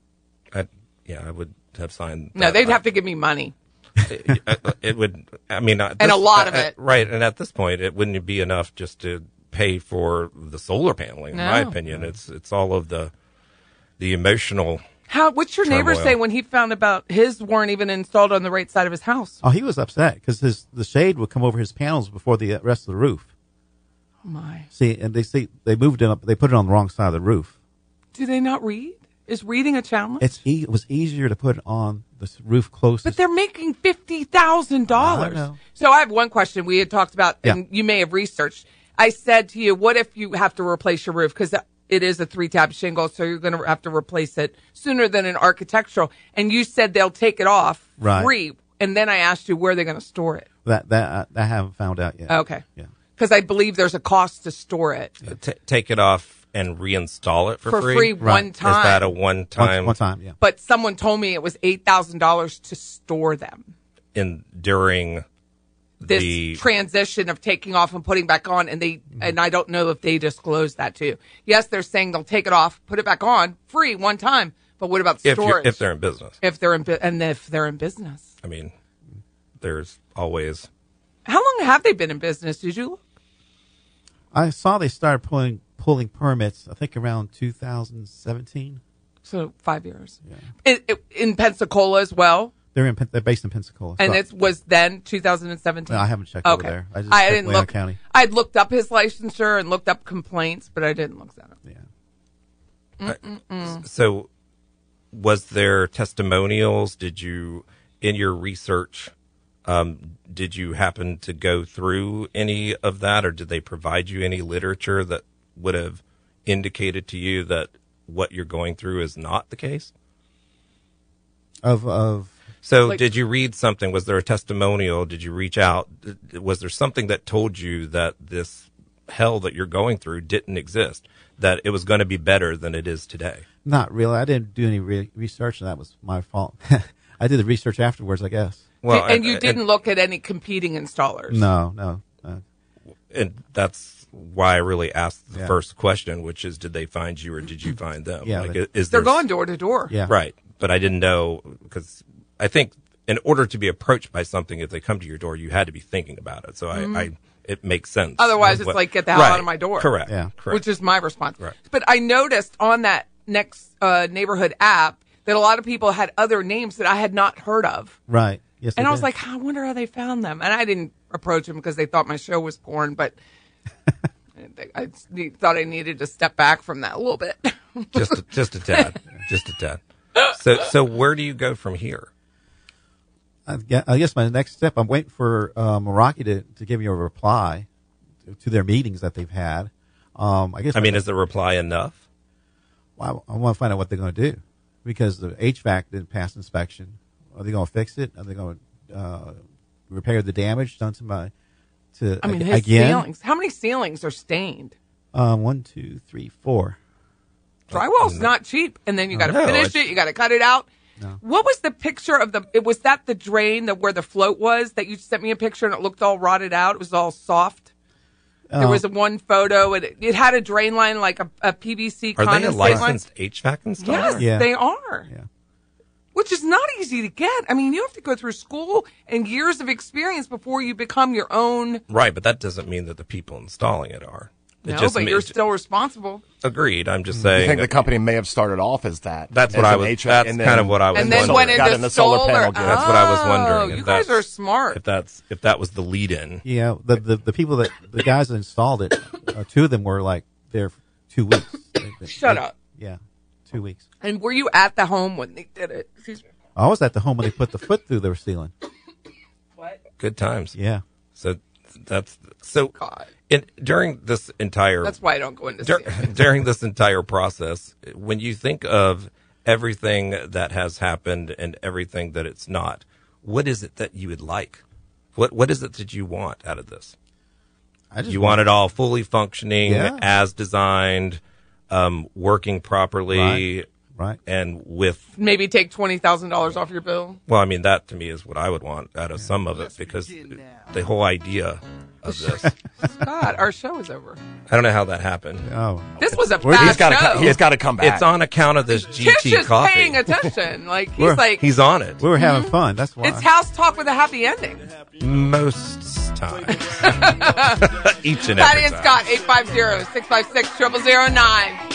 S2: I, yeah, I would have signed.
S1: no,
S2: that.
S1: they'd
S2: I-
S1: have to give me money.
S2: it, it would. I mean, at
S1: <laughs> And a
S2: this-
S1: lot of
S2: at-
S1: it.
S2: right? And at this point, it wouldn't be enough just to pay for the solar paneling. In my
S1: No.
S2: opinion, it's it's all of the the emotional.
S1: How? What's your neighbor
S2: Turmoil.
S1: say when he found about his weren't even installed on the right side of his house?
S5: Oh, he was upset because his the shade would come over his panels before the uh, rest of the roof.
S1: Oh my!
S5: See, and they see they moved it up. They put it on the wrong side of the roof.
S1: Do they not read? Is reading a challenge?
S5: It's e- it was easier to put it on the s- roof closest.
S1: But they're making fifty thousand
S5: I
S1: dollars.
S5: know.
S1: So I have one question we had talked about,
S5: Yeah.
S1: and you may have researched. I said to you, "What if you have to replace your roof because it is a three-tab shingle, so you're going to have to replace it sooner than an architectural?" And you said they'll take it off
S5: Right.
S1: free. And then I asked you where they're going to store it.
S5: That that I, I haven't found out yet.
S1: Okay.
S5: Yeah.
S1: Because I believe there's a cost to store it
S2: T- uh, take it off and reinstall it for,
S1: for free, one
S2: Is that
S1: time.
S2: a one
S5: One-
S2: time
S5: One time. Yeah.
S1: but someone told me it was eight thousand dollars to store them.
S2: in during
S1: This
S2: the
S1: transition of taking off and putting back on, and they
S5: Mm-hmm.
S1: and I don't know if they disclosed that too. Yes, they're saying they'll take it off, put it back on, free one time. But what about
S2: if you're,
S1: storage?
S2: if they're in business?
S1: if they're in bu- and if they're in business,
S2: I mean, there's always
S1: how long have they been in business? Did you?
S5: I saw they started pulling pulling permits. I think around 2017.
S1: So five years. It, it- in Pensacola as well,
S5: They're in Pen- they're based in Pensacola.
S1: and
S5: so-
S1: it was then 2017.
S5: No, I haven't checked over
S1: okay.
S5: there. I
S1: I,
S5: just checked
S1: didn't
S5: Leon
S1: look.
S5: County.
S1: I'd looked up his licensure and looked up complaints, but I didn't look that up.
S5: yeah.
S2: so. Was there testimonials? Did you in your research? Um, did you happen to go through any of that, or did they provide you any literature that would have indicated to you that what you're going through is not the case?
S5: Of of
S2: So,
S1: Like-
S2: did you read something? Was there a testimonial? Did you reach out? D- Was there something that told you that this hell that you're going through didn't exist? That it was going to be better than it is today?
S5: not really. I didn't do any re- research, and that was my fault. <laughs> I did the research afterwards, I guess.
S1: and, and you didn't look at any competing installers.
S5: No, no. Uh,
S2: And, that's why I really asked the
S5: Yeah.
S2: first question, which is, did they find you or did you find them?
S5: Yeah,
S2: like,
S5: they-
S2: is
S1: They're
S2: there-
S1: going door to door.
S5: yeah.
S2: Right. But I didn't know because I think in order to be approached by something, if they come to your door, you had to be thinking about it. So I, I it makes sense.
S1: Mm-hmm. Otherwise, it's
S2: What-
S1: like, get the hell out of my door.
S2: Correct.
S5: Yeah.
S2: Correct.
S1: Which is my response.
S2: Right.
S1: But I noticed on that next uh, neighborhood app that a lot of people had other names that I had not heard of.
S5: Right. Yes.
S1: And
S5: they
S1: I was
S5: did.
S1: like, I wonder how they found them. And I didn't approach them because they thought my show was porn,
S5: <laughs>
S1: but I just need- thought I needed to step back from that a little bit. <laughs>
S2: just a, just a tad, just a tad. So so where do you go from here?
S5: I gue- I guess my next step, I'm waiting for uh, Meraki to, to give me a reply to, to their meetings that they've had. Um, I guess
S2: I mean, is the reply enough?
S5: Well, I, want to find out what they're going to do because the HVAC didn't pass inspection. Are they going to fix it? Are they going to uh, repair the damage done to my to
S1: I mean,
S5: ag-
S1: his
S5: again?
S1: ceilings. How many ceilings are stained?
S5: Uh, one, two, three, four.
S1: Drywall's not cheap, and then you got to
S2: No,
S1: finish
S2: it's-
S1: it. You got to cut it out. What was the picture of the? It was that the drain that where the float was that you sent me a picture and it looked all rotted out. It was all soft. there
S2: Uh,
S1: was
S5: Uh,
S1: one photo and it, it had a drain line like a, a PVC
S2: Are they a
S1: condensate line.
S2: licensed HVAC installer?
S1: Yes,
S5: Yeah.
S1: they are.
S5: Yeah.
S1: which is not easy to get. I mean, you have to go through school and years of experience before you become your own.
S2: Right, but that doesn't mean that the people installing it are. It
S1: no,
S2: just
S1: but
S2: mean-
S1: you're still responsible.
S2: agreed. I'm just saying.
S3: I think the
S2: that-
S3: company may have started off as that.
S2: That's what
S3: as
S2: I
S3: an
S2: was- that's
S3: and then-
S2: kind of what I was
S1: And then
S2: Oh, solar-
S1: went into
S3: got in the solar, panel game.
S2: That's what I was
S1: Oh,
S2: wondering. if
S1: you guys
S2: that's-
S1: are smart.
S2: If that's if that was the lead-in,
S5: Yeah, the, the the people that the guys that installed it, uh, two of them were like there for two weeks. They- they-
S1: Shut
S5: they-
S1: up.
S5: Yeah, two weeks.
S1: And were you at the home when they did it? Excuse me.
S5: I was at the home when they put the foot through their ceiling.
S1: What?
S2: good times.
S5: Yeah,
S2: So that's so.
S1: God.
S2: In, during this entire
S1: That's why I don't go into
S2: dur- <laughs>
S1: sex.
S2: during this entire process, when you think of everything that has happened and everything that it's not, what is it that you would like? What what is it that you want out of this?
S5: I just
S2: You want it all fully functioning
S5: Yeah.
S2: as designed, um, working properly,
S5: right.
S2: and with
S1: Maybe take twenty thousand dollars off your bill.
S2: Well, I mean, that to me is what I would want out of some of it because the whole idea of
S5: <laughs>
S2: this.
S1: <laughs> God, our show is over.
S2: I don't know how that happened.
S5: Oh,
S1: This was a
S3: We're-
S1: fast
S3: he's got to
S1: show.
S3: co- he's got to come back.
S2: It's on account of this
S1: Tish
S2: GT
S1: is
S2: coffee.
S1: paying
S2: <laughs>
S1: attention. Like he's
S5: We're-
S1: like
S2: He's on it
S5: we were having fun. That's why.
S1: Mm-hmm. it's house talk with a happy ending.
S2: most times. Each and every
S1: Patty and
S2: time.
S1: Scott, 850 656 0009.